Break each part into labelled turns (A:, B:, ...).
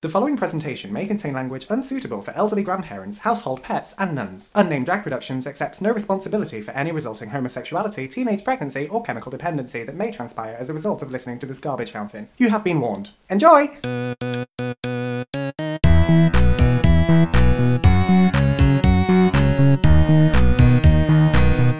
A: The following presentation may contain language unsuitable for elderly grandparents, household pets, and nuns. Unnamed Drag Productions accepts no responsibility for any resulting homosexuality, teenage pregnancy, or chemical dependency that may transpire as a result of listening to this garbage fountain. You have been warned. Enjoy!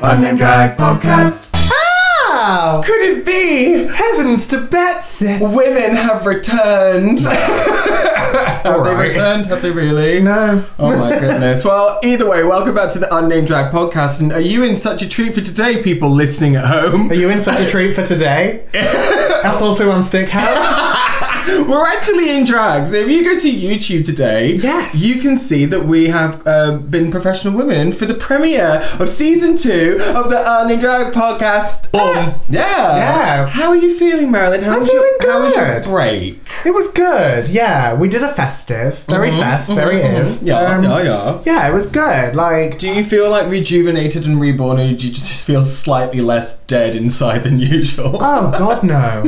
A: Unnamed Drag Podcast!
B: Wow!
C: Could it be? Heavens to Betsy! Women have returned. have they
B: Alright.
C: returned? Have they really?
B: No.
C: Oh my goodness. Well, either way, welcome back to the Unnamed Drag Podcast. And are you in such a treat for today, people listening at home?
B: Are you in such a treat for today? That's also on Stickhouse.
C: We're actually in drag. So if you go to YouTube today,
B: Yes.
C: you can see that we have uh, been professional women for the premiere of season two of the Unnamed Drag Podcast.
B: Boom.
C: yeah.
B: Yeah.
C: How are you feeling, Marilyn? How
B: I'm
C: was your,
B: feeling
C: How was your
B: good.
C: break?
B: It was good, yeah. We did a festive. Very fest, very
C: mhm.
B: is.
C: Yeah,
B: Mm-hmm, Um,
C: yeah, yeah.
B: yeah, it was good. Like,
C: Do you feel like rejuvenated and reborn, or do you just feel slightly less dead inside than usual?
B: oh god, no.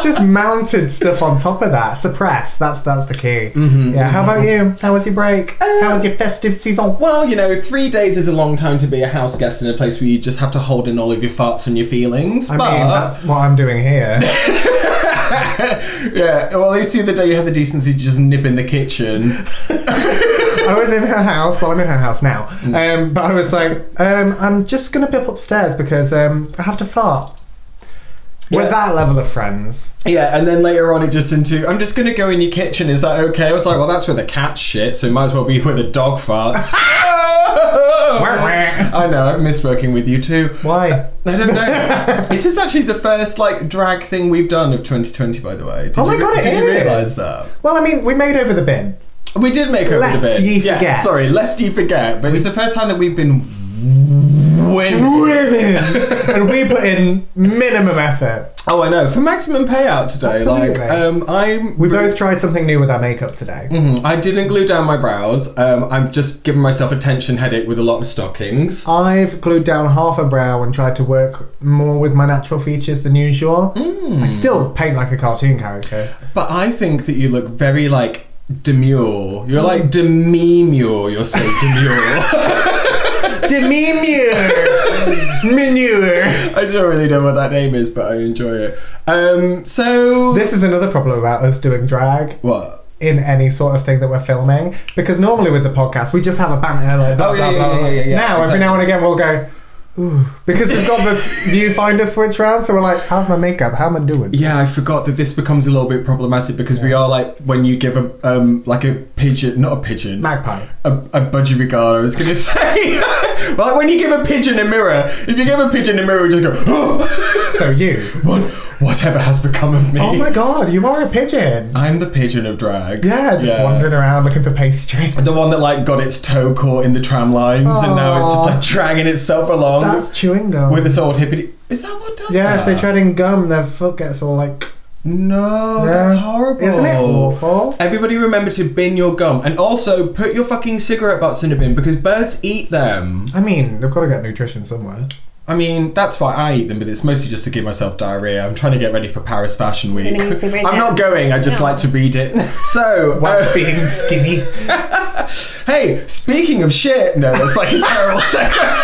B: Just mounted stuff on top of that. Suppressed. That's that's the key.
C: Mhm,
B: yeah, how about you? How was your break?
C: Uh,
B: how was your festive season?
C: Well, you know, three days is a long time to be a house guest in a place where you just have to hold in all of your farts and your feelings.
B: I
C: but
B: mean, that's what I'm doing here.
C: yeah, well, at least the other day you had the decency to just nip in the kitchen.
B: I was in her house. Well, I'm in her house now.
C: Mm.
B: Um, but I was like, um, I'm just gonna pip upstairs because um, I have to fart. We're
C: Yeah.
B: that level of friends.
C: Yeah, and then later on it just into, I'm just going to go in your kitchen, is that okay? I was like, well, that's where the cat shit, so it might as well be where the dog farts. I know, I've missed working with you too.
B: Why?
C: I don't know. this is actually the first like drag thing we've done of 2020, by the way. Did
B: Oh my
C: you,
B: God, it
C: Did you
B: is.
C: realise that?
B: Well, I mean, we made over the bin.
C: We did make over
B: Lest
C: the bit.
B: ye
C: Yeah,
B: forget.
C: sorry, lest you forget. But it's the first time that we've been winning.
B: Women, and we put in minimum effort.
C: Oh, I know. For maximum payout today,
B: Absolutely.
C: like um, I'm.
B: We both tried something new with our makeup today.
C: Mhm, I didn't glue down my brows. Um, I'm just giving myself a tension headache with a lot of stockings.
B: I've glued down half a brow and tried to work more with my natural features than usual.
C: Mm.
B: I still paint like a cartoon character.
C: But I think that you look very like demure. You're
B: Mm.
C: like demure. You're so demure.
B: Demure, manure.
C: I don't really know what that name is, but I enjoy it. Um, so
B: This is another problem about us doing drag
C: what?
B: in any sort of thing that we're filming because normally with the podcast we just have a banter like blah,
C: Oh, yeah,
B: blah,
C: yeah,
B: blah, blah.
C: yeah, yeah, yeah,
B: now every
C: exactly.
B: now and again we'll go Ooh, because we've got the viewfinder switch round so we're like how's my makeup how am I doing
C: Yeah, I forgot that this becomes a little bit problematic because we are like when you give a um like a pigeon, not a pigeon,
B: magpie
C: a, a budgerigard. I was gonna say, like when you give a pigeon a mirror. If you give a pigeon a mirror, we just go. Oh,
B: so you
C: what? Whatever has become of me?
B: oh my god you are a pigeon
C: I'm the pigeon of drag.
B: yeah just wandering around looking for pastry
C: The one that like got its toe caught in the tram lines and now it's just
B: Aw.
C: like dragging itself along
B: that's chewing gum
C: with Ah. its old hippity. Is that what does
B: yeah
C: that?
B: if they tread in gum their foot gets all like
C: No, Oh, that's
B: Yeah.
C: horrible.
B: isn't it awful
C: Everybody remember to bin your gum and also put your fucking cigarette butts in a bin because birds eat them.
B: I mean they've got to get nutrition somewhere
C: I mean, that's why I eat them, but it's mostly just to give myself diarrhea. I'm trying to get ready for Paris Fashion Week.
D: Gonna eat cigarette
C: I'm not going, I just
D: No.
C: like to read it. So,
B: while
C: uh,
B: being skinny
C: hey, speaking of shit, no, that's like a terrible segment.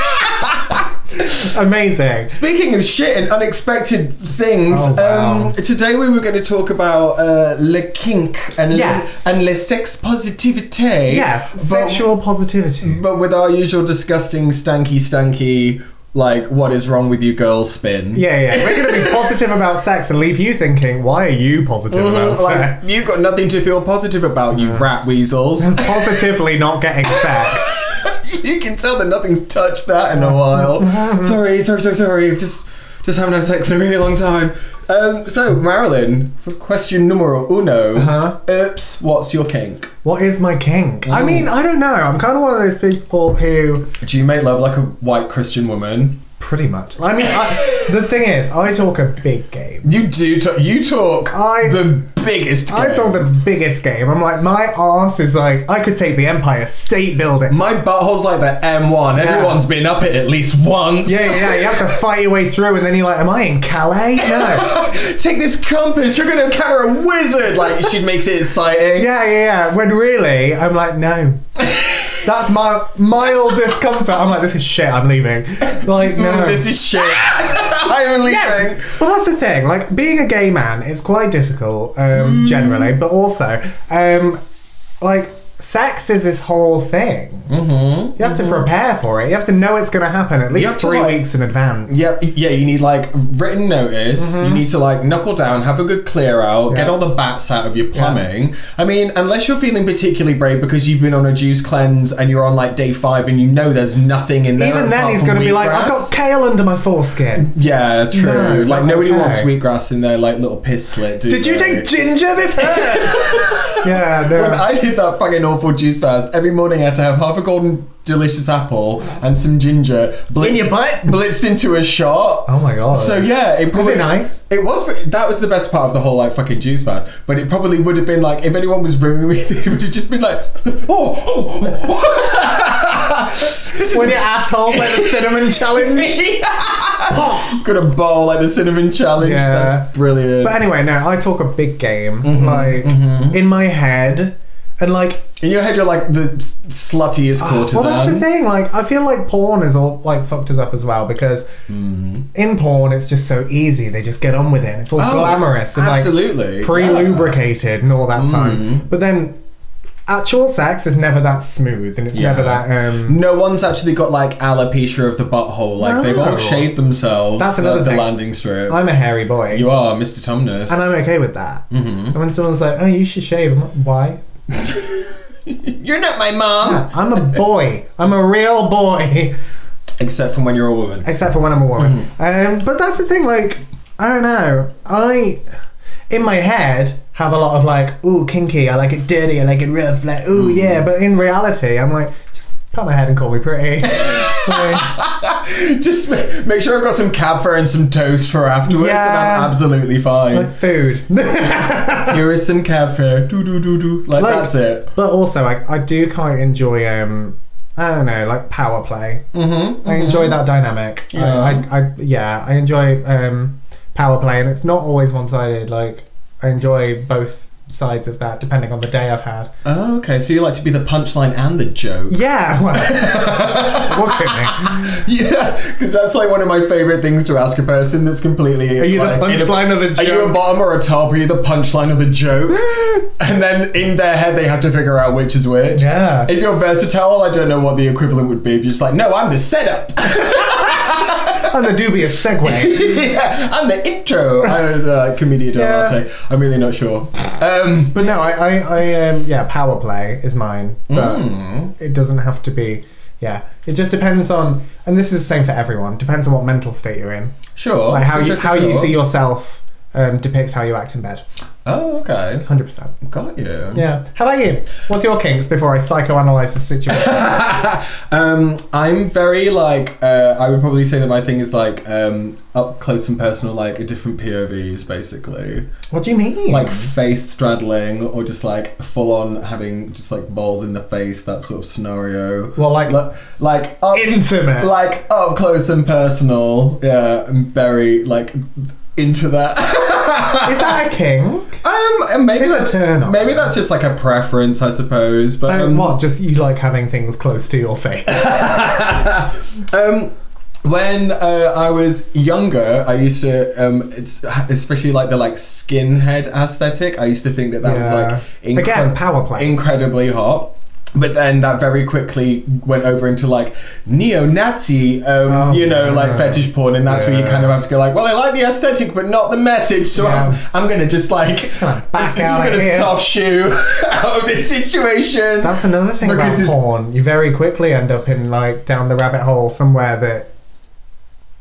B: amazing
C: Speaking of shit and unexpected things,
B: Oh, wow.
C: um, today we were going to talk about uh, le kink and
B: Yes.
C: le, and le sex positivité.
B: Yes,
C: but- Mm.
B: sexual positivity.
C: But with our usual disgusting, stanky, stanky, like, what is wrong with you girls spin.
B: Yeah, yeah. We're going to be positive about sex and leave you thinking, why are you positive about
C: Mhm, Like,
B: sex?
C: you've got nothing to feel positive about, you rat weasels.
B: Positively not getting sex.
C: you can tell that nothing's touched that in a while. sorry, sorry, sorry, sorry. I've just, just haven't had sex in a really long time. Um, so, Marilyn, for question numero uno.
B: Uh-huh.
C: Oops, what's your kink?
B: What is my kink?
C: Mm.
B: I mean, I don't know. I'm kind of one of those people who.
C: Do you make love like a white Christian woman?
B: Pretty much. I mean, I, the thing is, I talk a big game.
C: You do. Talk, you talk.
B: I-
C: the biggest.
B: I
C: game.
B: talk the biggest game. I'm like, my arse is like, I could take the Empire State Building.
C: My butthole's like the M1. Everyone's been up it at least once.
B: Yeah, yeah, yeah, you have to fight your way through, and then you're like, am I in Calais? No.
C: Take this compass. You're gonna encounter a wizard. Like she makes it exciting.
B: Yeah, yeah, yeah. When really, I'm like, no. That's my mild discomfort. I'm like, this is shit. I'm leaving. Like, no.
C: Mm, This is shit. I'm leaving.
B: Well, that's the thing. Like being a gay man is quite difficult um,
C: Mm.
B: generally, but also, um, like, sex is this whole thing.
C: Mm-hmm.
B: You have to prepare for it. You have to know it's going to happen at
C: have
B: least
C: to,
B: three
C: like-
B: weeks in advance.
C: Yeah, yeah. You need like written notice. You need to like knuckle down, have a good clear out,
B: Mm-hmm.
C: get
B: Yeah.
C: all the bats out of your plumbing. I mean, unless you're feeling particularly brave because you've been on a juice cleanse and you're on like day five and you know there's nothing in there.
B: Even then, he's going to be like, I've got kale under my foreskin.
C: Yeah, true.
B: No,
C: like
B: not
C: nobody
B: okay.
C: wants wheatgrass in their like little piss slit. Do
B: Did you
C: they?
B: take ginger? This hurts. yeah, no.
C: When I did that fucking awful juice fast, every morning I had to have half a golden delicious apple and some ginger blitzed,
B: your butt?
C: blitzed into a shot.
B: oh my god.
C: So yeah, it
B: was
C: probably
B: it nice?
C: It was. That was the best part of the whole like fucking juice bath. But it probably would have been like if anyone was rooming with me, it would have just been like, oh, oh, oh. this is
B: When your asshole like the cinnamon challenge.
C: got a bowl like the cinnamon challenge.
B: Yeah.
C: That's brilliant.
B: But anyway, no, I talk a big game, like
C: mhm.
B: in my head, and like. ah,
C: In your head, you're like the s- sluttiest courtesan.
B: Well, that's the thing. Like, I feel like porn is all like fucked us up as well because in porn it's just so easy. They just get on with it. And it's all
C: Mm-hmm. Oh,
B: glamorous and
C: absolutely.
B: like pre-lubricated and all that fun. But then actual sex is never that smooth and it's
C: Yeah.
B: never that. um
C: No one's actually got like alopecia of the butthole. Like they've all
B: No.
C: shaved themselves.
B: That's
C: the-
B: another
C: the
B: thing.
C: landing strip.
B: I'm a hairy boy,
C: you are Mr. Tumnus.
B: and I'm okay with that.
C: Mhm.
B: And when someone's like, "Oh, you should shave," I'm like, "Why?" Ah,
C: You're not my mom.
B: I'm a boy. I'm a real boy.
C: Except for when you're a woman.
B: except for when I'm a woman. Um, but that's the thing, like, I don't know. I, in my head, have a lot of like, ooh, kinky, I like it dirty, I like it rough, like, ooh, yeah. But in reality, I'm like, just pat my head and call me pretty. Like,
C: Just ma- make sure I've got some cab fare and some toast for afterwards, and
B: Yeah.
C: I'm absolutely fine.
B: like food.
C: Here is some cab fare. Do do do do. Like,
B: Like-
C: that's it.
B: but also, like, I do quite enjoy, um, I don't know, like power play.
C: Mm-hmm.
B: I enjoy that dynamic.
C: Yeah.
B: I, I, I, yeah, I enjoy um, power play, and it's not always one sided. Like, I enjoy both sides of that, depending on the day I've had.
C: Oh, okay. So you like to be the punchline and the joke.
B: Yeah, well, look at me.
C: Yeah, because that's like one of my favorite things to ask a person that's completely.
B: Are you the
C: like,
B: punchline of the
C: Are you a
B: joke?
C: bottom or a top? Are you the punchline of the joke? and then in their head, they have to figure out which is which.
B: Yeah.
C: If you're versatile, I don't know what the equivalent would be. If you're just like, no, I'm the setup.
B: And the dubious segue.
C: yeah, I'm the intro. I was a comedian
B: Yeah.
C: arte. I'm really not sure. Um,
B: But no, I, I, I um, yeah, power play is mine, but
C: mm,
B: it doesn't have to be. Yeah, it just depends on, and this is the same for everyone. Depends on what mental state you're in,
C: sure.
B: like how
C: sure,
B: you
C: sure,
B: how you
C: sure.
B: see yourself um, depicts how you act in bed.
C: Oh, okay.
B: Hundred percent.
C: Got you.
B: Yeah. How about you? What's your kinks before I psychoanalyze the situation?
C: um, I'm very like uh, I would probably say that my thing is like um, up close and personal, like a different POVs basically,
B: what do you mean?
C: like face straddling or just like full on having just like balls in the face, that sort of scenario.
B: well, like
C: Like, like up,
B: intimate.
C: like up close and personal. Yeah, I'm very like into that.
B: is that a kink?
C: um, and maybe
B: It's a
C: that's
B: turn on.
C: maybe that's just like a preference, I suppose. But
B: So
C: um,
B: what? Just you like having things close to your face?
C: um, when uh, I was younger, I used to, um, it's, especially like the like skinhead aesthetic. I used to think that that
B: Yeah.
C: was like
B: Again, power play.
C: incredibly hot. But then that very quickly went over into like neo-Nazi, um,
B: Oh,
C: you know, like
B: yeah.
C: fetish porn, and that's where you
B: Yeah.
C: kind of have to go like, well, I like the aesthetic, but not the message, so
B: Yeah.
C: I'm, I'm gonna just like,
B: gonna back
C: I'm just
B: out of
C: gonna
B: here.
C: soft shoe out of this situation.
B: That's another thing
C: Because
B: about
C: it's-
B: porn. You very quickly end up in like down the rabbit hole somewhere that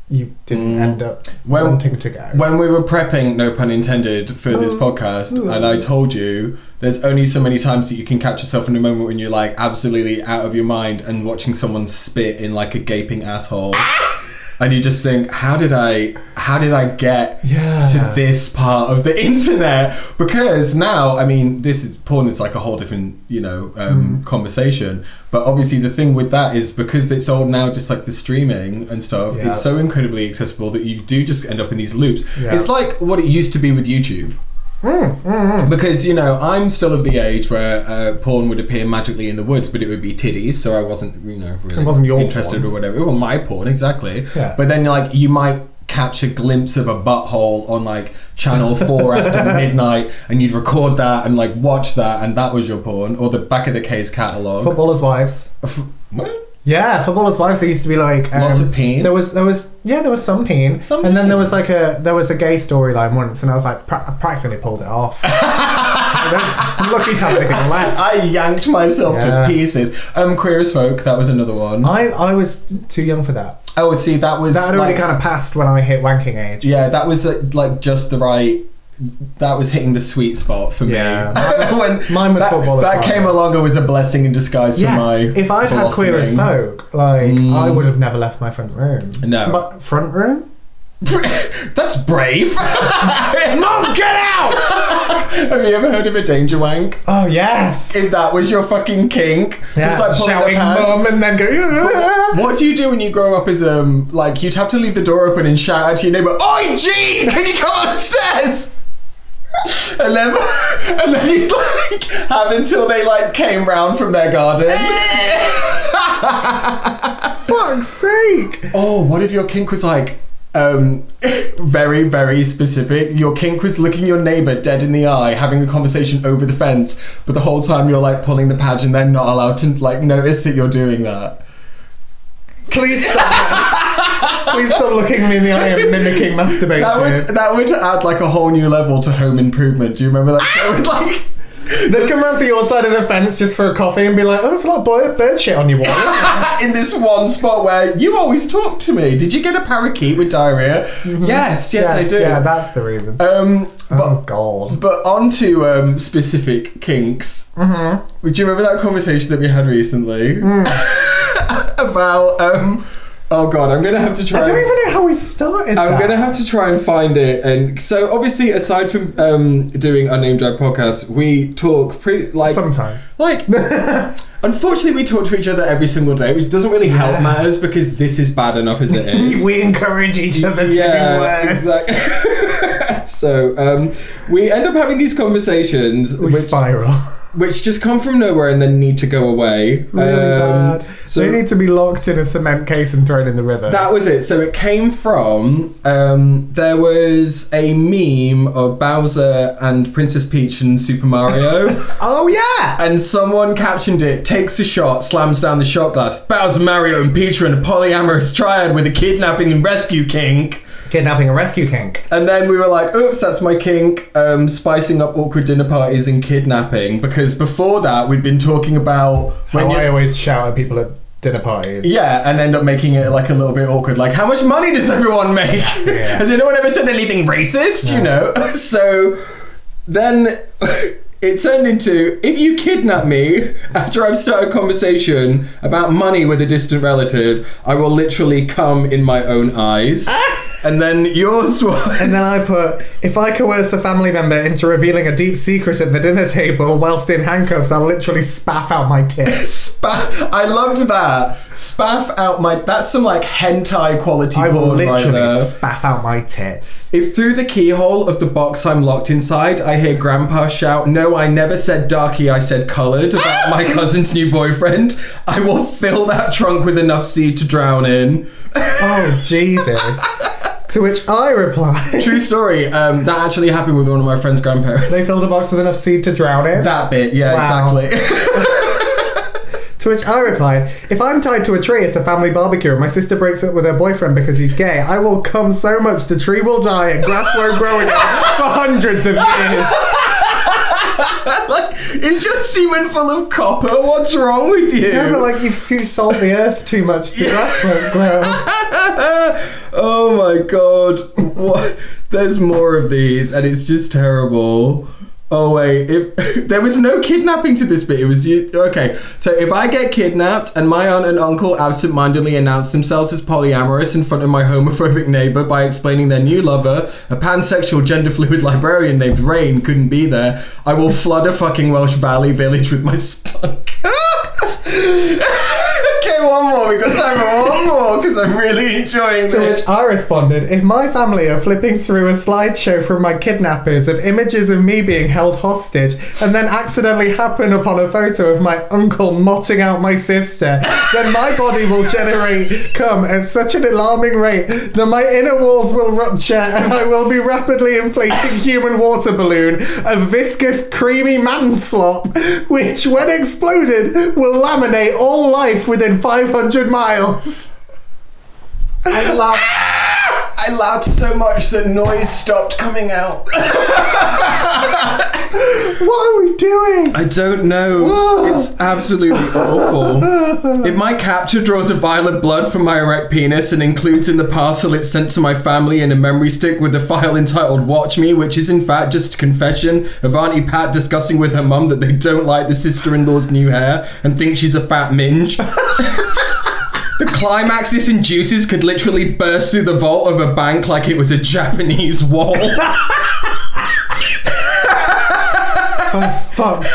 B: you didn't
C: Mm.
B: end up
C: Well,
B: wanting to go.
C: When we were prepping, no pun intended, for this podcast, and I told you there's only so many times that you can catch yourself in a moment when you're like absolutely out of your mind and watching someone spit in like a gaping asshole. and you just think, how did I, how did I get
B: Yeah.
C: to this part of the internet? Because now, I mean, this is porn is like a whole different, you know,
B: Mm.
C: um, conversation. But obviously, the thing with that is because it's all now just like the streaming and stuff.
B: Yeah.
C: It's so incredibly accessible that you do just end up in these loops.
B: Yeah.
C: It's like what it used to be with YouTube.
B: Mm, mm, mm.
C: Because you know, I'm still of the age where uh, porn would appear magically in the woods, but it would be titties, so I wasn't, you know, really
B: It wasn't your
C: interested
B: porn.
C: or whatever. It was my porn, exactly.
B: Yeah.
C: But then, like, you might catch a glimpse of a butthole on like Channel Four after midnight, and you'd record that and like watch that, and that was your porn, or the back of the case catalog.
B: Footballers' wives.
C: What?
B: Yeah, footballers' wives. There used to be like um,
C: Lots of peen?
B: There was, there was, yeah, there was some peen.
C: Some
B: and then there
C: peen.
B: was like a, there was a gay storyline once, and I was like, pra- I practically pulled it off. I'm lucky to have anything left.
C: I yanked myself
B: Yeah.
C: to pieces. Um, Queer as Folk, that was another one.
B: I, I was too young for that.
C: oh, see, that was
B: That had already
C: like-
B: kind of passed when I hit wanking age.
C: Yeah, that was uh, like just the right. That was hitting the sweet spot for
B: Yeah.
C: me. when
B: Mine was
C: that,
B: football
C: That
B: advice.
C: came along and was a blessing in disguise
B: Yeah,
C: for my.
B: if I'd had queer as
C: blossoming.
B: folk, like
C: Mm.
B: I would have never left my front room.
C: No.
B: but front room?
C: That's brave. Mom,
B: Get out!
C: Have you ever heard of a danger wank?
B: Oh yes.
C: If that was your fucking kink,
B: Yeah.
C: just like pulling
B: Shouting
C: the pad.
B: mum and then go.
C: What do you do when you grow up as um like you'd have to leave the door open and shout out to your neighbour, Oi Gene, can you come upstairs? And then and then you'd like have until they like came round from their garden.
B: Fuck's sake!
C: oh, what if your kink was like um very, very specific. Your kink was looking your neighbour dead in the eye, having a conversation over the fence, but the whole time you're like pulling the patch and they're not allowed to like notice that you're doing that.
B: Please stop. Please stop looking me in the eye and mimicking masturbation.
C: That would that would add like a whole new level to home improvement. Do you remember that show? It's like
B: They'd come round to your side of the fence just for a coffee and be like, "Oh, there's a lot of boy- bird shit on your wall."
C: in this one spot where you always talk to me. Did you get a parakeet with diarrhea? Yes, yes, I do.
B: Mm-hmm. Yeah, that's the reason.
C: um,
B: oh
C: but
B: God.
C: but on to um, specific kinks.
B: Mm-hmm. Mm.
C: Would you remember that conversation that we had recently about um? Oh God, I'm gonna have to try.
B: I don't
C: and-
B: even know how we started.
C: I'm
B: that.
C: gonna have to try and find it, and so obviously, aside from um, doing unnamed drag podcast, we talk pretty like
B: sometimes.
C: like Unfortunately, we talk to each other every single day, which doesn't really help
B: Yeah.
C: matters because this is bad enough as it is.
B: we encourage each other to be
C: yeah,
B: worse.
C: exactly. so um, we end up having these conversations,
B: We
C: which,
B: spiral.
C: which just come from nowhere and then need to go away.
B: really
C: Um,
B: bad.
C: So
B: they need to be locked in a cement case and thrown in the river.
C: that was it. So it came from um, there was a meme of Bowser and Princess Peach and Super Mario.
B: oh yeah.
C: And someone captioned it, takes a shot, slams down the shot glass. Bowser, Mario, and Peach are in a polyamorous triad with a kidnapping and rescue kink.
B: Kidnapping a rescue kink.
C: And then we were like, oops, that's my kink, um, spicing up awkward dinner parties and kidnapping. Because before that, we'd been talking about
B: How
C: you-
B: I always shout at people at dinner parties.
C: yeah, and end up making it like a little bit awkward. Like, how much money does everyone make?
B: Yeah.
C: Has anyone ever said anything racist? You know? So then it turned into if you kidnap me after I've started a conversation about money with a distant relative, I will literally come in my own eyes. and then yours was.
B: Ah. And then I put, if I coerce a family member into revealing a deep secret at the dinner table whilst in handcuffs, I'll literally spaff out my tits.
C: Spaff, I loved that. Spaff out my. That's some like hentai quality
B: I will
C: porn right
B: literally
C: there.
B: spaff out my tits.
C: If through the keyhole of the box I'm locked inside, I hear Grandpa shout, No, I never said darky, I said coloured, about my cousin's new boyfriend, I will fill that trunk with enough seed to drown in.
B: Oh, Jesus. to which I reply,
C: True story, um, that actually happened with one of my friend's grandparents.
B: they filled a box with enough seed to drown it.
C: that bit, yeah,
B: Wow.
C: exactly.
B: To which I replied, if I'm tied to a tree at a family barbecue and my sister breaks up with her boyfriend because he's gay, I will come so much the tree will die and grass won't grow again for hundreds of years.
C: like, is your semen full of copper? What's wrong with you?
B: Yeah, but like you've too salt the earth too much, the grass won't grow.
C: oh my god. What? There's more of these, and it's just terrible. Oh wait, if there was no kidnapping to this bit, it was you. Okay, so if I get kidnapped and my aunt and uncle absentmindedly announce themselves as polyamorous in front of my homophobic neighbor by explaining their new lover, a pansexual gender fluid librarian named Rain, couldn't be there, I will flood a fucking Welsh Valley village with my spunk. okay, one more. We got time for one more because I'm really enjoying
B: To
C: this.
B: which I responded, if my family are flipping through a slideshow from my kidnappers of images of me being held hostage and then accidentally happen upon a photo of my uncle motting out my sister, then my body will generate cum at such an alarming rate that my inner walls will rupture and I will be rapidly inflating human water balloon, a viscous, creamy manslop, which, when exploded, will laminate all life within 500 miles.
C: I laughed. I laughed so much that noise stopped coming out.
B: What are we doing?
C: I don't know.
B: Whoa.
C: It's absolutely awful. If my capture draws a violet blood from my erect penis and includes in the parcel it sent to my family in a memory stick with a file entitled Watch Me, which is in fact just a confession of Auntie Pat discussing with her mum that they don't like the sister in law's new hair and think she's a fat minge. The climax this induces could literally burst through the vault of a bank like it was a Japanese wall.
B: Fuck.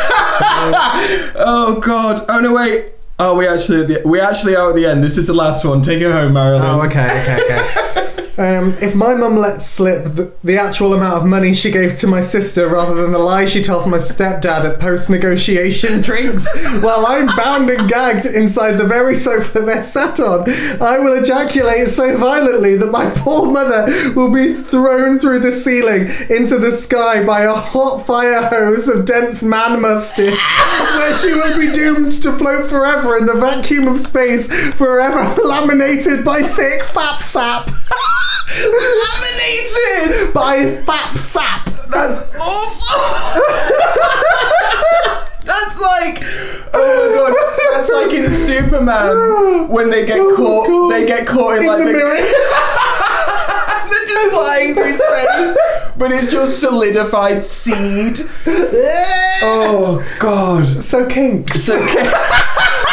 C: oh god. Oh no wait. Oh we actually at the, we actually are at the end. This is the last one. Take it home, Marilyn.
B: Oh, okay, okay, okay. Um, if my mum lets slip the, the actual amount of money she gave to my sister rather than the lie she tells my stepdad at post negotiation drinks while I'm bound and gagged inside the very sofa they're sat on, I will ejaculate so violently that my poor mother will be thrown through the ceiling into the sky by a hot fire hose of dense man mustard, where she will be doomed to float forever in the vacuum of space, forever laminated by thick fap sap. laminated by fap sap.
C: That's awful. that's like oh my god. That's like in Superman when they get
B: Oh,
C: caught.
B: God.
C: They get caught in,
B: In
C: like
B: the mirror.
C: They're just flying through space, but it's just solidified seed. Oh god.
B: So kinks.
C: It's okay.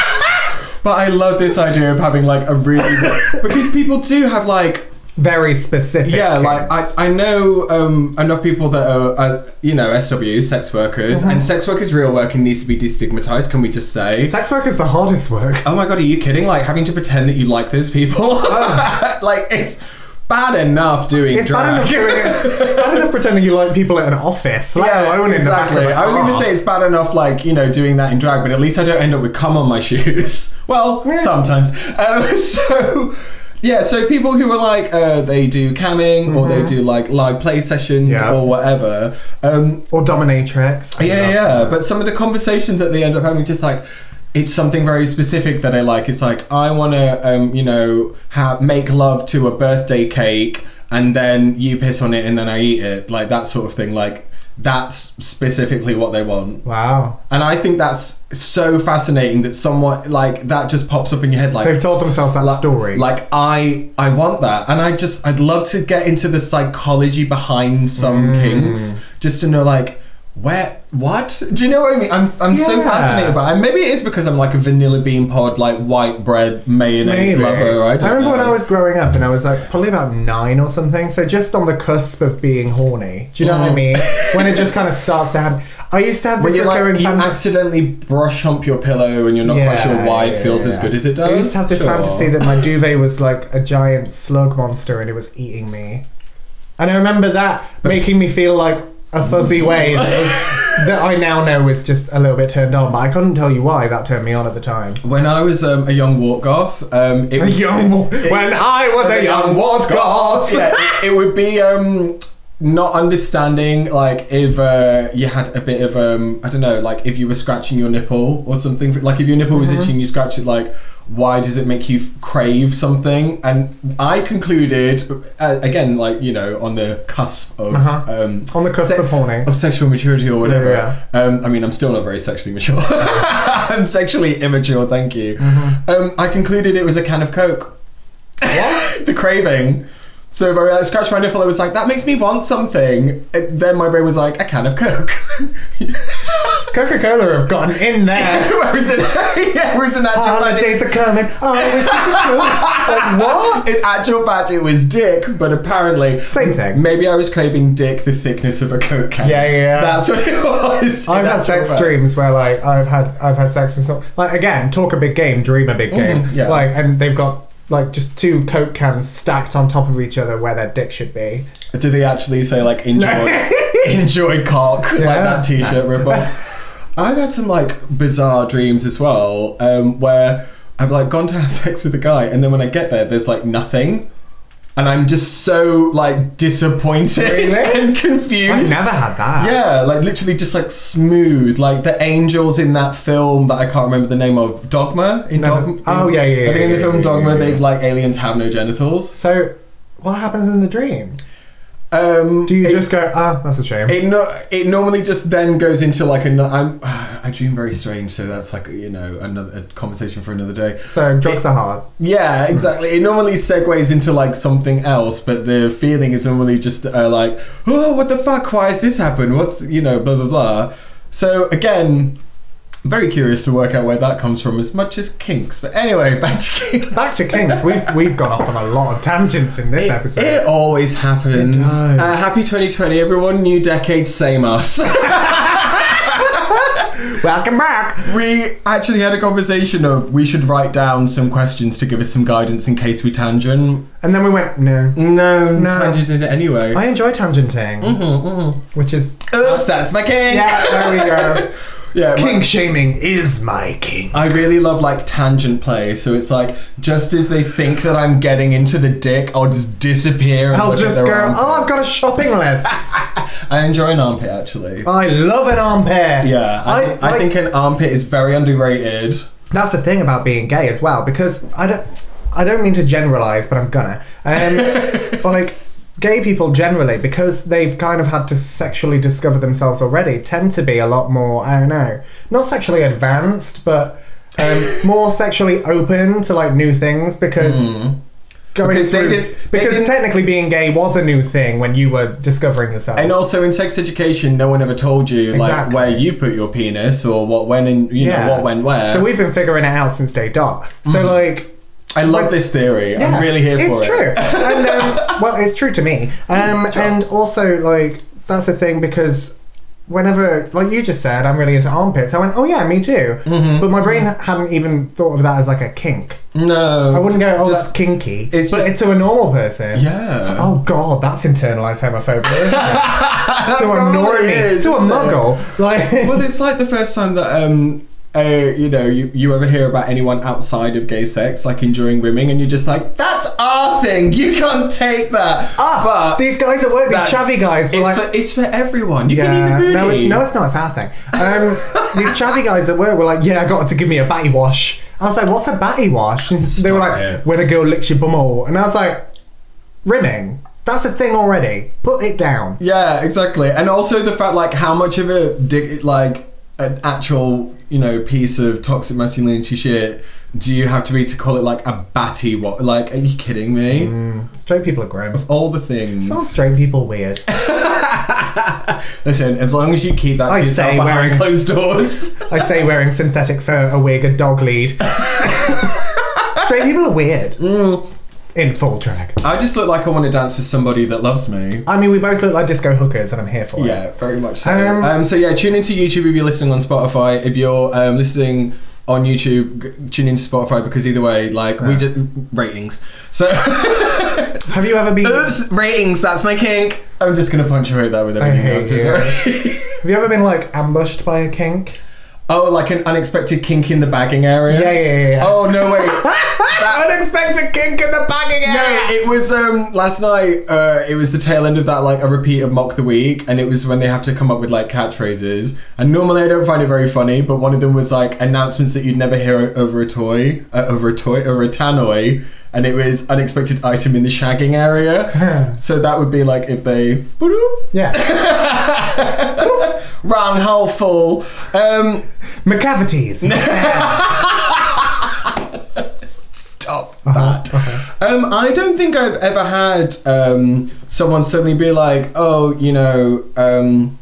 C: but I love this idea of having like a really because people do have like
B: Very specific.
C: yeah like I, I know um, enough people that are uh, you know SW sex workers
B: Mm-hmm.
C: and sex workers real working needs to be destigmatized. Can we just say?
B: Sex work is the hardest work.
C: Oh my god, are you kidding? Like having to pretend that you like those people, like it's bad enough doing
B: Oh. It's bad, enough
C: drag.
B: doing it, it's bad enough pretending you like people at an office, let alone in
C: exactly.
B: the back of a
C: I was going to
B: car.
C: say it's bad enough, like you know, doing that in drag, but at least I don't end up with cum on my shoes. well,
B: Yeah.
C: sometimes. Um, so. Yeah, so people who are like, uh, they do camming or they do like live play sessions
B: Mm-hmm. Yeah.
C: or whatever. Um,
B: Or dominatrix. I
C: yeah,
B: love
C: yeah.
B: that.
C: But some of the conversations that they end up having, just like, it's something very specific that I like. It's like I want to, um, you know, have make love to a birthday cake, and then you piss on it, and then I eat it, like that sort of thing. Like that's specifically what they want,
B: Wow.
C: and I think that's so fascinating that someone like that just pops up in your head, like
B: They've told themselves that
C: like,
B: story.
C: Like I, I want that, and I just, I'd love to get into the psychology behind some
B: Mm.
C: kinks, just to know like where, what? Do you know what I mean? I'm, I'm so
B: Yeah.
C: fascinated by. And maybe it is because I'm like a vanilla bean pod, like white bread mayonnaise
B: Maybe.
C: lover. I, don't
B: remember
C: know.
B: when I was growing up and I was like probably about nine or something, so just on the cusp of being horny. Do you know what I
C: Mm.
B: mean? When it just kind of starts to happen. I used to have
C: When
B: this
C: you're
B: recurring
C: like, you
B: fantasy.
C: accidentally brush hump your pillow and you're not quite sure why it feels as
B: yeah.
C: good as it does.
B: I used to have this
C: Sure.
B: fantasy that my duvet was like a giant slug monster and it was eating me. And I remember that making me feel like a fuzzy way that, was- that I now know is just a little bit turned on, but I couldn't tell you why that turned me on at the time.
C: When I was um, a young walk goth, um, it
B: A young wa- when I was a young ward goth.
C: Yeah, it, it would be um, not understanding like if uh, you had a bit of um, I don't know, like if you were scratching your nipple or something. Like if your nipple
B: Mm-hmm.
C: was itching, you scratch it. Like why does it make you crave something? And I concluded uh, again, like you know, on the cusp of
B: Uh-huh.
C: um,
B: On the cusp
C: se-
B: of horny.
C: of sexual maturity or whatever.
B: Yeah,
C: Um, I mean, I'm still not very sexually mature. I'm sexually immature, thank
B: Mm-hmm.
C: you. Um, I concluded it was a can of Coke. What? the craving. So if I like, scratched my nipple, I was like, that makes me want something. And then my brain was like, a can of Coke.
B: Coca Cola have gotten in there.
C: Whereas in, yeah, whereas in actual fact,
B: Holidays are coming. Always like, what?
C: In actual fact, it was dick, but apparently.
B: Same thing.
C: Maybe I was craving dick the thickness of a Coke can.
B: Yeah, yeah.
C: That's what it was. in
B: I've had
C: actual
B: sex
C: fact.
B: dreams where like I've had I've had sex with some like again talk a big game dream a big game
C: Mhm, yeah.
B: like and they've got like just two coke cans stacked on top of each other where their dick should be.
C: Did they actually say, like, enjoy, enjoy cock? Like
B: Yeah.
C: that t shirt ripoff. I've had some, like, bizarre dreams as well um, where I've, like, gone to have sex with a guy, and then when I get there, there's, like, nothing. And I'm just so, like, disappointed
B: Really?
C: and confused.
B: I've never had that.
C: Yeah, like literally just like smooth, like the angels in that film that I can't remember the name of, Dogma. In
B: No,
C: Dogma.
B: oh, yeah, yeah,
C: I think in
B: yeah,
C: the
B: yeah,
C: film
B: yeah,
C: Dogma,
B: yeah, yeah.
C: they've like aliens have no genitals.
B: So what happens in the dream?
C: Um,
B: Do you
C: it,
B: just go ah that's a shame?
C: It no, it normally just then goes into like a. I'm, I dream very strange, so that's like you know another a conversation for another day.
B: so drugs are hard.
C: Yeah, exactly. It normally segues into like something else, but the feeling is normally just uh, like, oh, what the fuck? Why has this happened? What's you know, blah blah blah. So again, very curious to work out where that comes from, as much as kinks. But anyway, back to kinks.
B: Back to Kings. We've we've gone off on a lot of tangents in this
C: It,
B: episode.
C: it always happens.
B: It does.
C: Uh, happy 2020, everyone. New decade, same us.
B: Welcome back.
C: we actually had a conversation of we should write down some questions to give us some guidance in case we tangent.
B: And then we went no.
C: No,
B: No.
C: tangented it anyway.
B: I enjoy tangenting,
C: Mm-hmm.
B: which is
C: Oops, that's my king.
B: Yeah, there we go.
C: yeah, my-
B: king shaming is my king.
C: I really love like tangent play, so it's like just as they think that I'm getting into the dick, I'll just disappear. And
B: I'll
C: look at
B: just
C: their
B: go.
C: armpit.
B: Oh, I've got a shopping list.
C: I enjoy an armpit actually.
B: I love an armpit.
C: yeah, I,
B: Uh, I,
C: I think an armpit is very underrated.
B: that's the thing about being gay as well, because I don't. I don't mean to generalize, but I'm gonna. Um, but like, gay people generally, because they've kind of had to sexually discover themselves already, tend to be a lot more. I don't know, not sexually advanced, but um, more sexually open to like new things because. Going
C: Hmm. Because they
B: through,
C: did- they
B: because
C: didn't-
B: technically being gay was a new thing when you were discovering yourself.
C: And also in sex education, no one ever told you like
B: Exactly.
C: where you put your penis or what when and you know what when where.
B: So we've been figuring it out since day dot. So
C: Hmm.
B: like,
C: I love this theory. I'm really here for
B: it's
C: it.
B: true. and, um, well, it's true to me. Um, and also like that's the thing because whenever like you just said, I'm really into armpits. I went, oh yeah, me too.
C: Mhm.
B: But my brain hadn't even thought of that as like a kink.
C: No,
B: I wouldn't go, oh
C: Mm-hmm. just-
B: that's kinky.
C: it's
B: but
C: just-
B: to a normal person.
C: yeah.
B: Oh god, that's internalized homophobia. Isn't it?
C: to
B: to a normie, to a muggle, like
C: Well, it's like the first time that um, uh, you know, you, you ever hear about anyone outside of gay sex, like enjoying women, and you're just like, that's our thing. You can't take that.
B: ah, these guys at work, these
C: that's-
B: chavvy guys, were
C: it's,
B: like,
C: for, it's for everyone. You
B: Yeah,
C: can eat the booty.
B: no, it's, no, it's not. It's our thing. Um, these chatty guys at work were like, "Yeah, I got her to give me a batty wash." I was like, "What's a batty wash?" And they were
C: Stop
B: like,
C: it.
B: "When a girl licks your bumhole," and I was like, "Rimming? That's a thing already. Put it down."
C: Yeah, exactly. And also the fact, like, how much of a dick, like, an actual, you know, piece of toxic masculinity shit do you have to be to call it like a batty? What? Like, are you kidding me?
B: Mm, straight people are grim.
C: All the things.
B: It's all straight people weird.
C: Listen, as long as you keep that to
B: I
C: yourself
B: say
C: behind
B: wearing-
C: closed doors.
B: I say wearing synthetic fur, a wig, a dog lead. straight people are weird
C: Mm,
B: in full drag.
C: I just look like I want to dance with somebody that loves me.
B: I mean, we both look like disco hookers, and I'm here for it.
C: Yeah, very much so. Um,
B: Um,
C: so yeah, tune into YouTube if you're listening on Spotify. If you're um, listening on YouTube, g- tune into Spotify because either way, like we just ratings. So
B: Have you ever been?
C: oops, ratings. That's my kink. I'm just gonna punctuate that with everything.
B: hate
C: else, is
B: you.
C: it?
B: Have you ever been like ambushed by a kink?
C: oh, like an unexpected kink in the bagging area.
B: Yeah, yeah, yeah. yeah.
C: Oh no, wait.
B: Unexpected kink in the bagging
C: No, it was um last night. Uh, it was the tail end of that like a repeat of mock the week, and it was when they have to come up with like catchphrases. And normally I don't find it very funny, but one of them was like announcements that you'd never hear over a toy, uh, over a toy, over a tannoy, and it was unexpected item in the shagging area. so that would be like if they boop.
B: Yeah.
C: wrong hole full. Um,
B: McCavities. Uh-huh.
C: stop that. Um, I don't think I've ever had um, someone suddenly be like, oh, you know, um,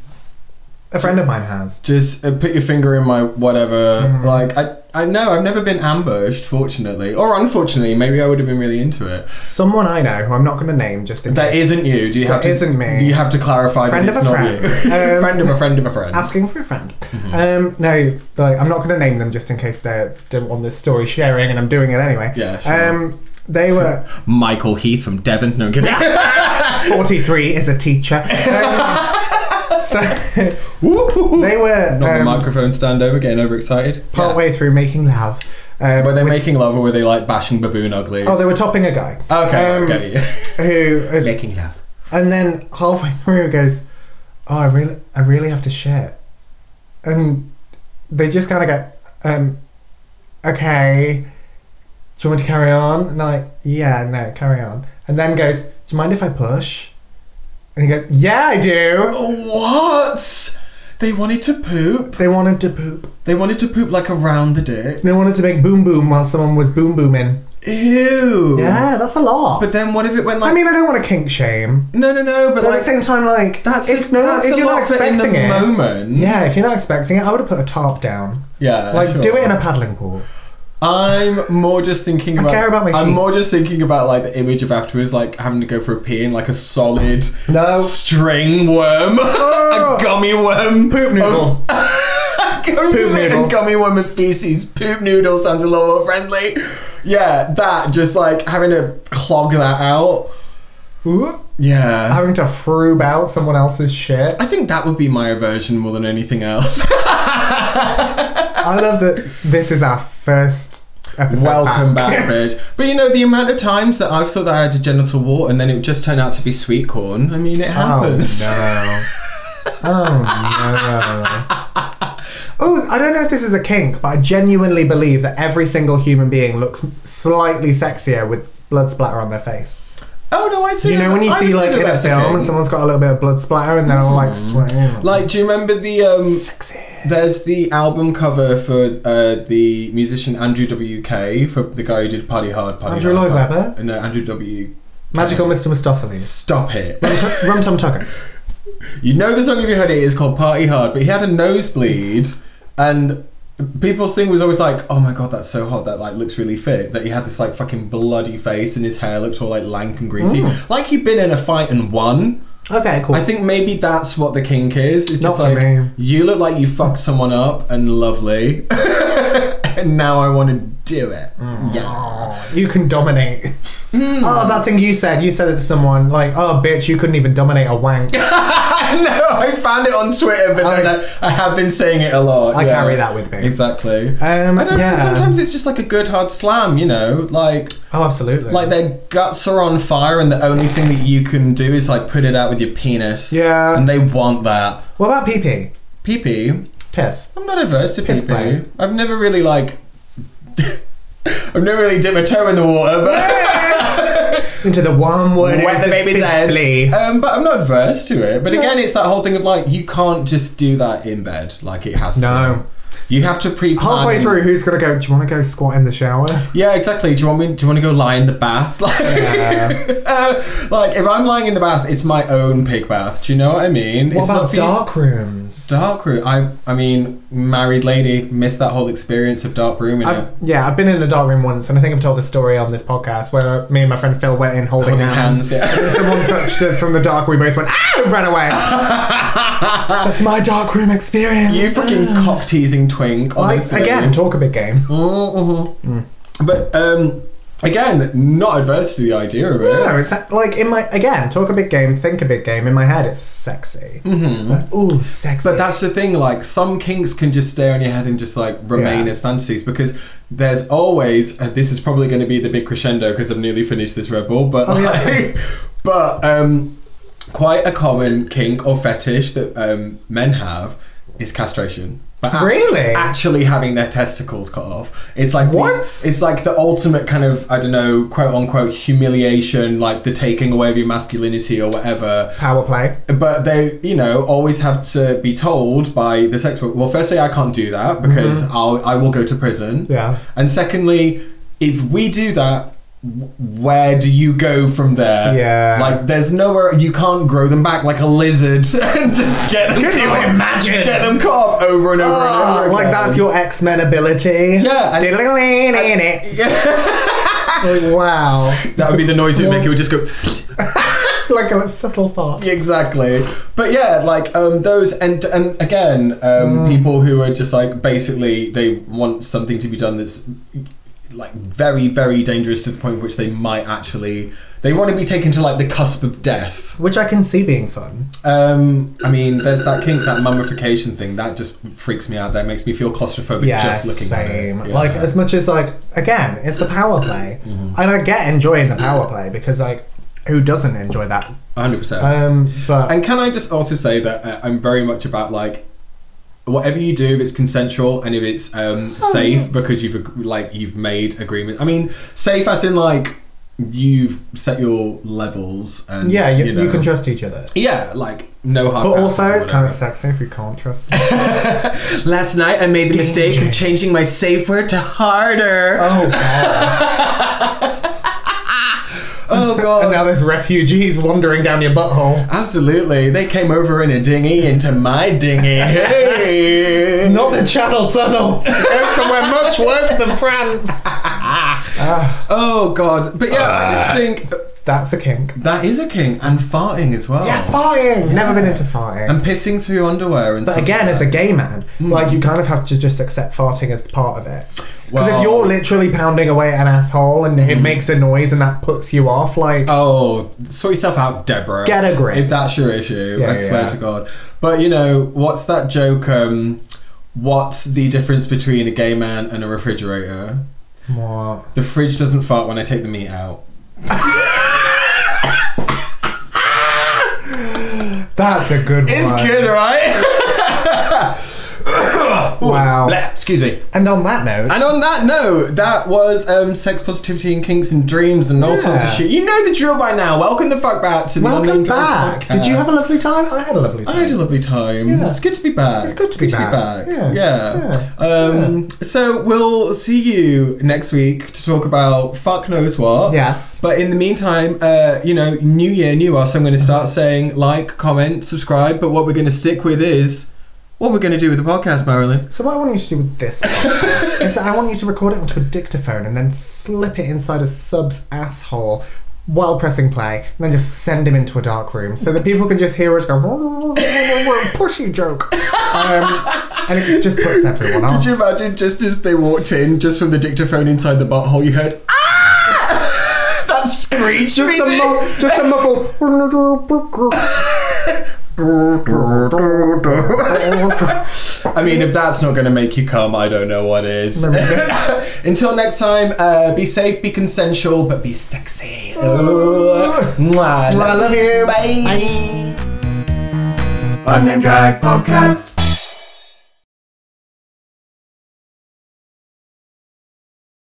B: A friend of mine has.
C: just uh, put your finger in my whatever.
B: Mhm.
C: Like, I, I know I've never been ambushed, fortunately. Or unfortunately, maybe I would have been really into it.
B: Someone I know who I'm not going to name just in
C: That
B: case.
C: isn't you. Do you have
B: That
C: to?
B: isn't me.
C: Do you have to clarify?
B: Friend
C: that
B: of
C: it's
B: a
C: not
B: friend.
C: You?
B: Um,
C: friend of a friend of a friend.
B: Asking for a friend.
C: Mm-hmm.
B: Um, no, like I'm not going to name them just in case they don't want this story sharing, and I'm doing it anyway.
C: Yeah, sure.
B: Um, they were
C: Michael Heath from Devon. No I'm kidding.
B: 43 is a teacher. Um, so they
C: they
B: were
C: Not the
B: um,
C: microphone stand over, getting overexcited. Yeah.
B: partway through making love. Um,
C: Were they
B: with-
C: making love or were they like bashing baboon ugly?
B: Oh, they were topping a guy.
C: okay,
B: Um,
C: okay.
B: Who?
C: making love.
B: And then halfway through goes, "Oh, I really, I really have to shit," and they just kind of go, um, "Okay, do you want me to carry on?" And they're like, "Yeah, no, carry on." And then goes, "Do you mind if I push?" And he goes, "Yeah, I do."
C: What? They wanted to poop.
B: They wanted to poop.
C: They wanted to poop like around the dick.
B: They wanted to make boom boom while someone was boom booming.
C: Ew.
B: Yeah, that's a lot.
C: But then what if it went like?
B: I mean, I don't want to kink shame,
C: no, no, no. But
B: but at
C: like,
B: the same time, like,
C: that's
B: if
C: if,
B: no,
C: that's
B: if
C: a
B: you're not
C: lot for in
B: expecting
C: the
B: it,
C: moment.
B: yeah, if you're not expecting it, I would have put a tarp down.
C: Yeah.
B: Like,
C: Uh, sure.
B: do it in a paddling pool.
C: I'm more just thinking
B: I
C: about.
B: care about my
C: I'm
B: sheets.
C: more just thinking about like the image of afterwards, like having to go for a pee in like a solid
B: No.
C: string worm,
B: Oh.
C: a gummy worm,
B: Poop noodle.
C: Oh. gummy
B: Poop noodle.
C: noodle. Gummy worm and feces. Poop noodle sounds a lot more friendly. Yeah, that just like having to clog that out.
B: Ooh,
C: Yeah.
B: Having to froob out someone else's shit.
C: I think that would be my aversion more than anything else.
B: I love that this is our first episode.
C: Welcome back, Rich. But you know, the amount of times that I've thought that I had a genital wart and then it just turned out to be sweet corn, I mean, it
B: Oh
C: happens.
B: no. Oh no. Oh, I don't know if this is a kink, but I genuinely believe that every single human being looks slightly sexier with blood splatter on their face.
C: Oh, no, I see.
B: You know, when you see like in a film and someone's got a little bit of blood splatter and they're all like, sweating.
C: Mm. Like, do you remember the. um
B: sexy.
C: There's the album cover for uh, the musician Andrew WK, for the guy who did Party Hard, Party
B: Andrew
C: Hard.
B: Lloyd
C: Party-
B: Webber?
C: No, Andrew W.
B: Magical Mr. Mistopheles.
C: Stop it.
B: Rum Tum Tucker.
C: You know the song if you heard it is called Party Hard, but he had a nosebleed, and people's thing was always like, "Oh my god, that's so hot. That like looks really fit." That he had this like fucking bloody face, and his hair looked all like lank and greasy,
B: Mm.
C: like he'd been in a fight and won.
B: Okay, cool.
C: I think maybe that's what the kink is. It's
B: Not
C: just
B: for
C: like
B: me.
C: you look like you fucked someone up and lovely, and now I want to do it.
B: Mm.
C: Yeah.
B: Oh, You can dominate.
C: Mm.
B: Oh, that thing you said. You said it to someone like, "Oh, bitch, you couldn't even dominate a wank."
C: I know. I found it on Twitter, but
B: I-
C: then I, I have been saying it a lot.
B: I
C: yeah.
B: carry that with me.
C: Exactly.
B: Um,
C: I don't
B: yeah.
C: know. Sometimes it's just like a good hard slam, you know, like
B: Oh, absolutely.
C: like their guts are on fire, and the only thing that you can do is like put it out with your penis.
B: Yeah.
C: And they want that.
B: What about pee pee?
C: Pee pee. I'm
B: Tess.
C: not adverse to pee
B: Piss play.
C: pee. I've never really like. I've never really dipped my toe in the water, but.
B: Into the one word.
C: Wet the baby's
B: piddly.
C: head. Um, but I'm not adverse to it. But
B: No.
C: again, it's that whole thing of like you can't just do that in bed. Like it has
B: No.
C: to. You have to pre.
B: Halfway through, who's gonna go? Do you want to go squat in the shower?
C: Yeah, exactly. Do you want me? Do you want to go lie in the bath? Like,
B: Yeah.
C: uh, like if I'm lying in the bath, it's my own pig bath. Do you know what I mean?
B: What
C: it's
B: about
C: you to-
B: dark rooms?
C: dark room. I, I mean, married lady missed that whole experience of dark room. In
B: I've, yeah, I've been in a dark room once, and I think I've told this story on this podcast where me and my friend Phil went in holding,
C: Holding hands, yeah.
B: And someone touched us from the dark. We both went ah, and ran away.
C: it.
B: That's my dark room experience.
C: you fucking
B: Ah.
C: cock teasing twink.
B: Like
C: Honestly.
B: again, talk a big game.
C: Mm-hmm. But um, again, not adverse to the idea of it.
B: No, it's like in my again, talk a big game, think a big game. In my head, it's sexy.
C: Mhm.
B: Like, ooh, sexy.
C: But that's the thing, like some kinks can just stay on your head and just like remain
B: Yeah.
C: as fantasies because there's always and this is probably going to be the big crescendo because I've nearly finished this Red Bull, but
B: Oh, yeah.
C: like, but um, quite a common kink or fetish that um, men have is castration. But act-
B: Really?
C: actually having their testicles cut off. It's like the-
B: What?
C: it's like the ultimate kind of I don't know, quote unquote humiliation, like the taking away of your masculinity or whatever
B: power play.
C: but they you know always have to be told by the sex worker well firstly i can't do
B: Mm-hmm.
C: that because i'll i will go to prison
B: Yeah.
C: and secondly if we do that w- where do you go from there?
B: Yeah.
C: Like, there's nowhere you can't grow them back like a lizard and just get them.
B: Can you
C: carved-
B: imagine?
C: Get them carved over and over and over.
B: Oh, like
C: again.
B: that's your X Men ability.
C: Yeah, and-
B: Diddly-lee-lee-lee. Like, wow.
C: That would be the noise it would make. It would just go.
B: like a subtle thought.
C: exactly but yeah like um those and and again um
B: Mm.
C: people who are just like basically they want something to be done that's like very very dangerous to the point which they might actually they want to be taken to like the cusp of death
B: Which I can see being fun.
C: um i mean there's that kink that mummification thing that just freaks me out that makes me feel claustrophobic
B: Yeah,
C: just looking at
B: same.
C: it Yeah.
B: Like as much as like again, it's the power play, and I get enjoying the power play because like, who doesn't enjoy that?
C: 100%
B: Um, but
C: And can I just also say that uh, I'm very much about like whatever you do, if it's consensual and if it's um,
B: Oh,
C: safe because you've ag- like you've made agreement. I mean, safe as in like you've set your levels and
B: yeah, you,
C: you,
B: you,
C: know,
B: can trust each other.
C: yeah, like no hard.
B: But
C: passes
B: also,
C: or
B: it's kind of
C: whatever.
B: sexy if you can't trust.
C: Last night I made the mistake
B: Danger.
C: of changing my safe word to harder.
B: oh god!
C: oh
B: and now
C: god.
B: there's refugees wandering down your butthole.
C: Absolutely, they came over in a dinghy into my dinghy. Hey,
B: Not the Channel Tunnel. It's somewhere much worse than France. Ah,
C: Oh god, but yeah, I just think
B: that's a kink.
C: that is a king, and farting as well.
B: Yeah, farting. Never been into farting.
C: and pissing through underwear and.
B: But
C: stuff
B: again,
C: like
B: as a
C: that.
B: gay man, like you kind of have to just accept farting as part of it. Because
C: Well-
B: if you're literally pounding away at an asshole and it makes a noise and that puts you off, like
C: Oh, sort yourself out, Deborah.
B: Get a grip.
C: If that's your issue,
B: Yeah,
C: I
B: yeah,
C: swear
B: yeah.
C: to God. But you know, what's that joke? Um, what's the difference between a gay man and a refrigerator?
B: what?
C: The fridge doesn't fart when I take the meat out.
B: That's a good
C: It's
B: one.
C: good, right?
B: Wow.
C: Bleh, Excuse me.
B: And on that note,
C: And on that note, that was um, sex positivity and kinks and dreams and all sorts of
B: Yeah.
C: shit. You know the drill by now. Welcome the fuck back to the
B: welcome
C: Unnamed Drive
B: back. Did you
C: podcast.
B: have a lovely time? I had a lovely time.
C: I had a lovely time.
B: Yeah.
C: It's good to be back.
B: It's good to be back.
C: Yeah.
B: Yeah.
C: Yeah. Um, So we'll see you next week to talk about fuck knows what.
B: Yes.
C: But in the meantime, uh, you know, new year, new us. I'm going to start saying like, comment, subscribe. But what we're going to stick with is what we're going to do with the podcast, Marilyn.
B: So what I want you to do with this podcast is that I want you to record it onto a dictaphone and then slip it inside a sub's asshole while pressing play, and then just send him into a dark room so that people can just hear us go pushy joke, um, and it just puts everyone
C: Could
B: off.
C: you imagine just as they walked in, just from the dictaphone inside the butthole, you heard ah! that screech.
B: Just a, mu- just a muffled.
C: I mean, if that's not going to make you come, I don't know what is. Until next time, uh, be safe, be consensual, but be sexy. Mwah.
B: I love you.
C: Bye.
B: Bye.
A: Unnamed Drag Podcast.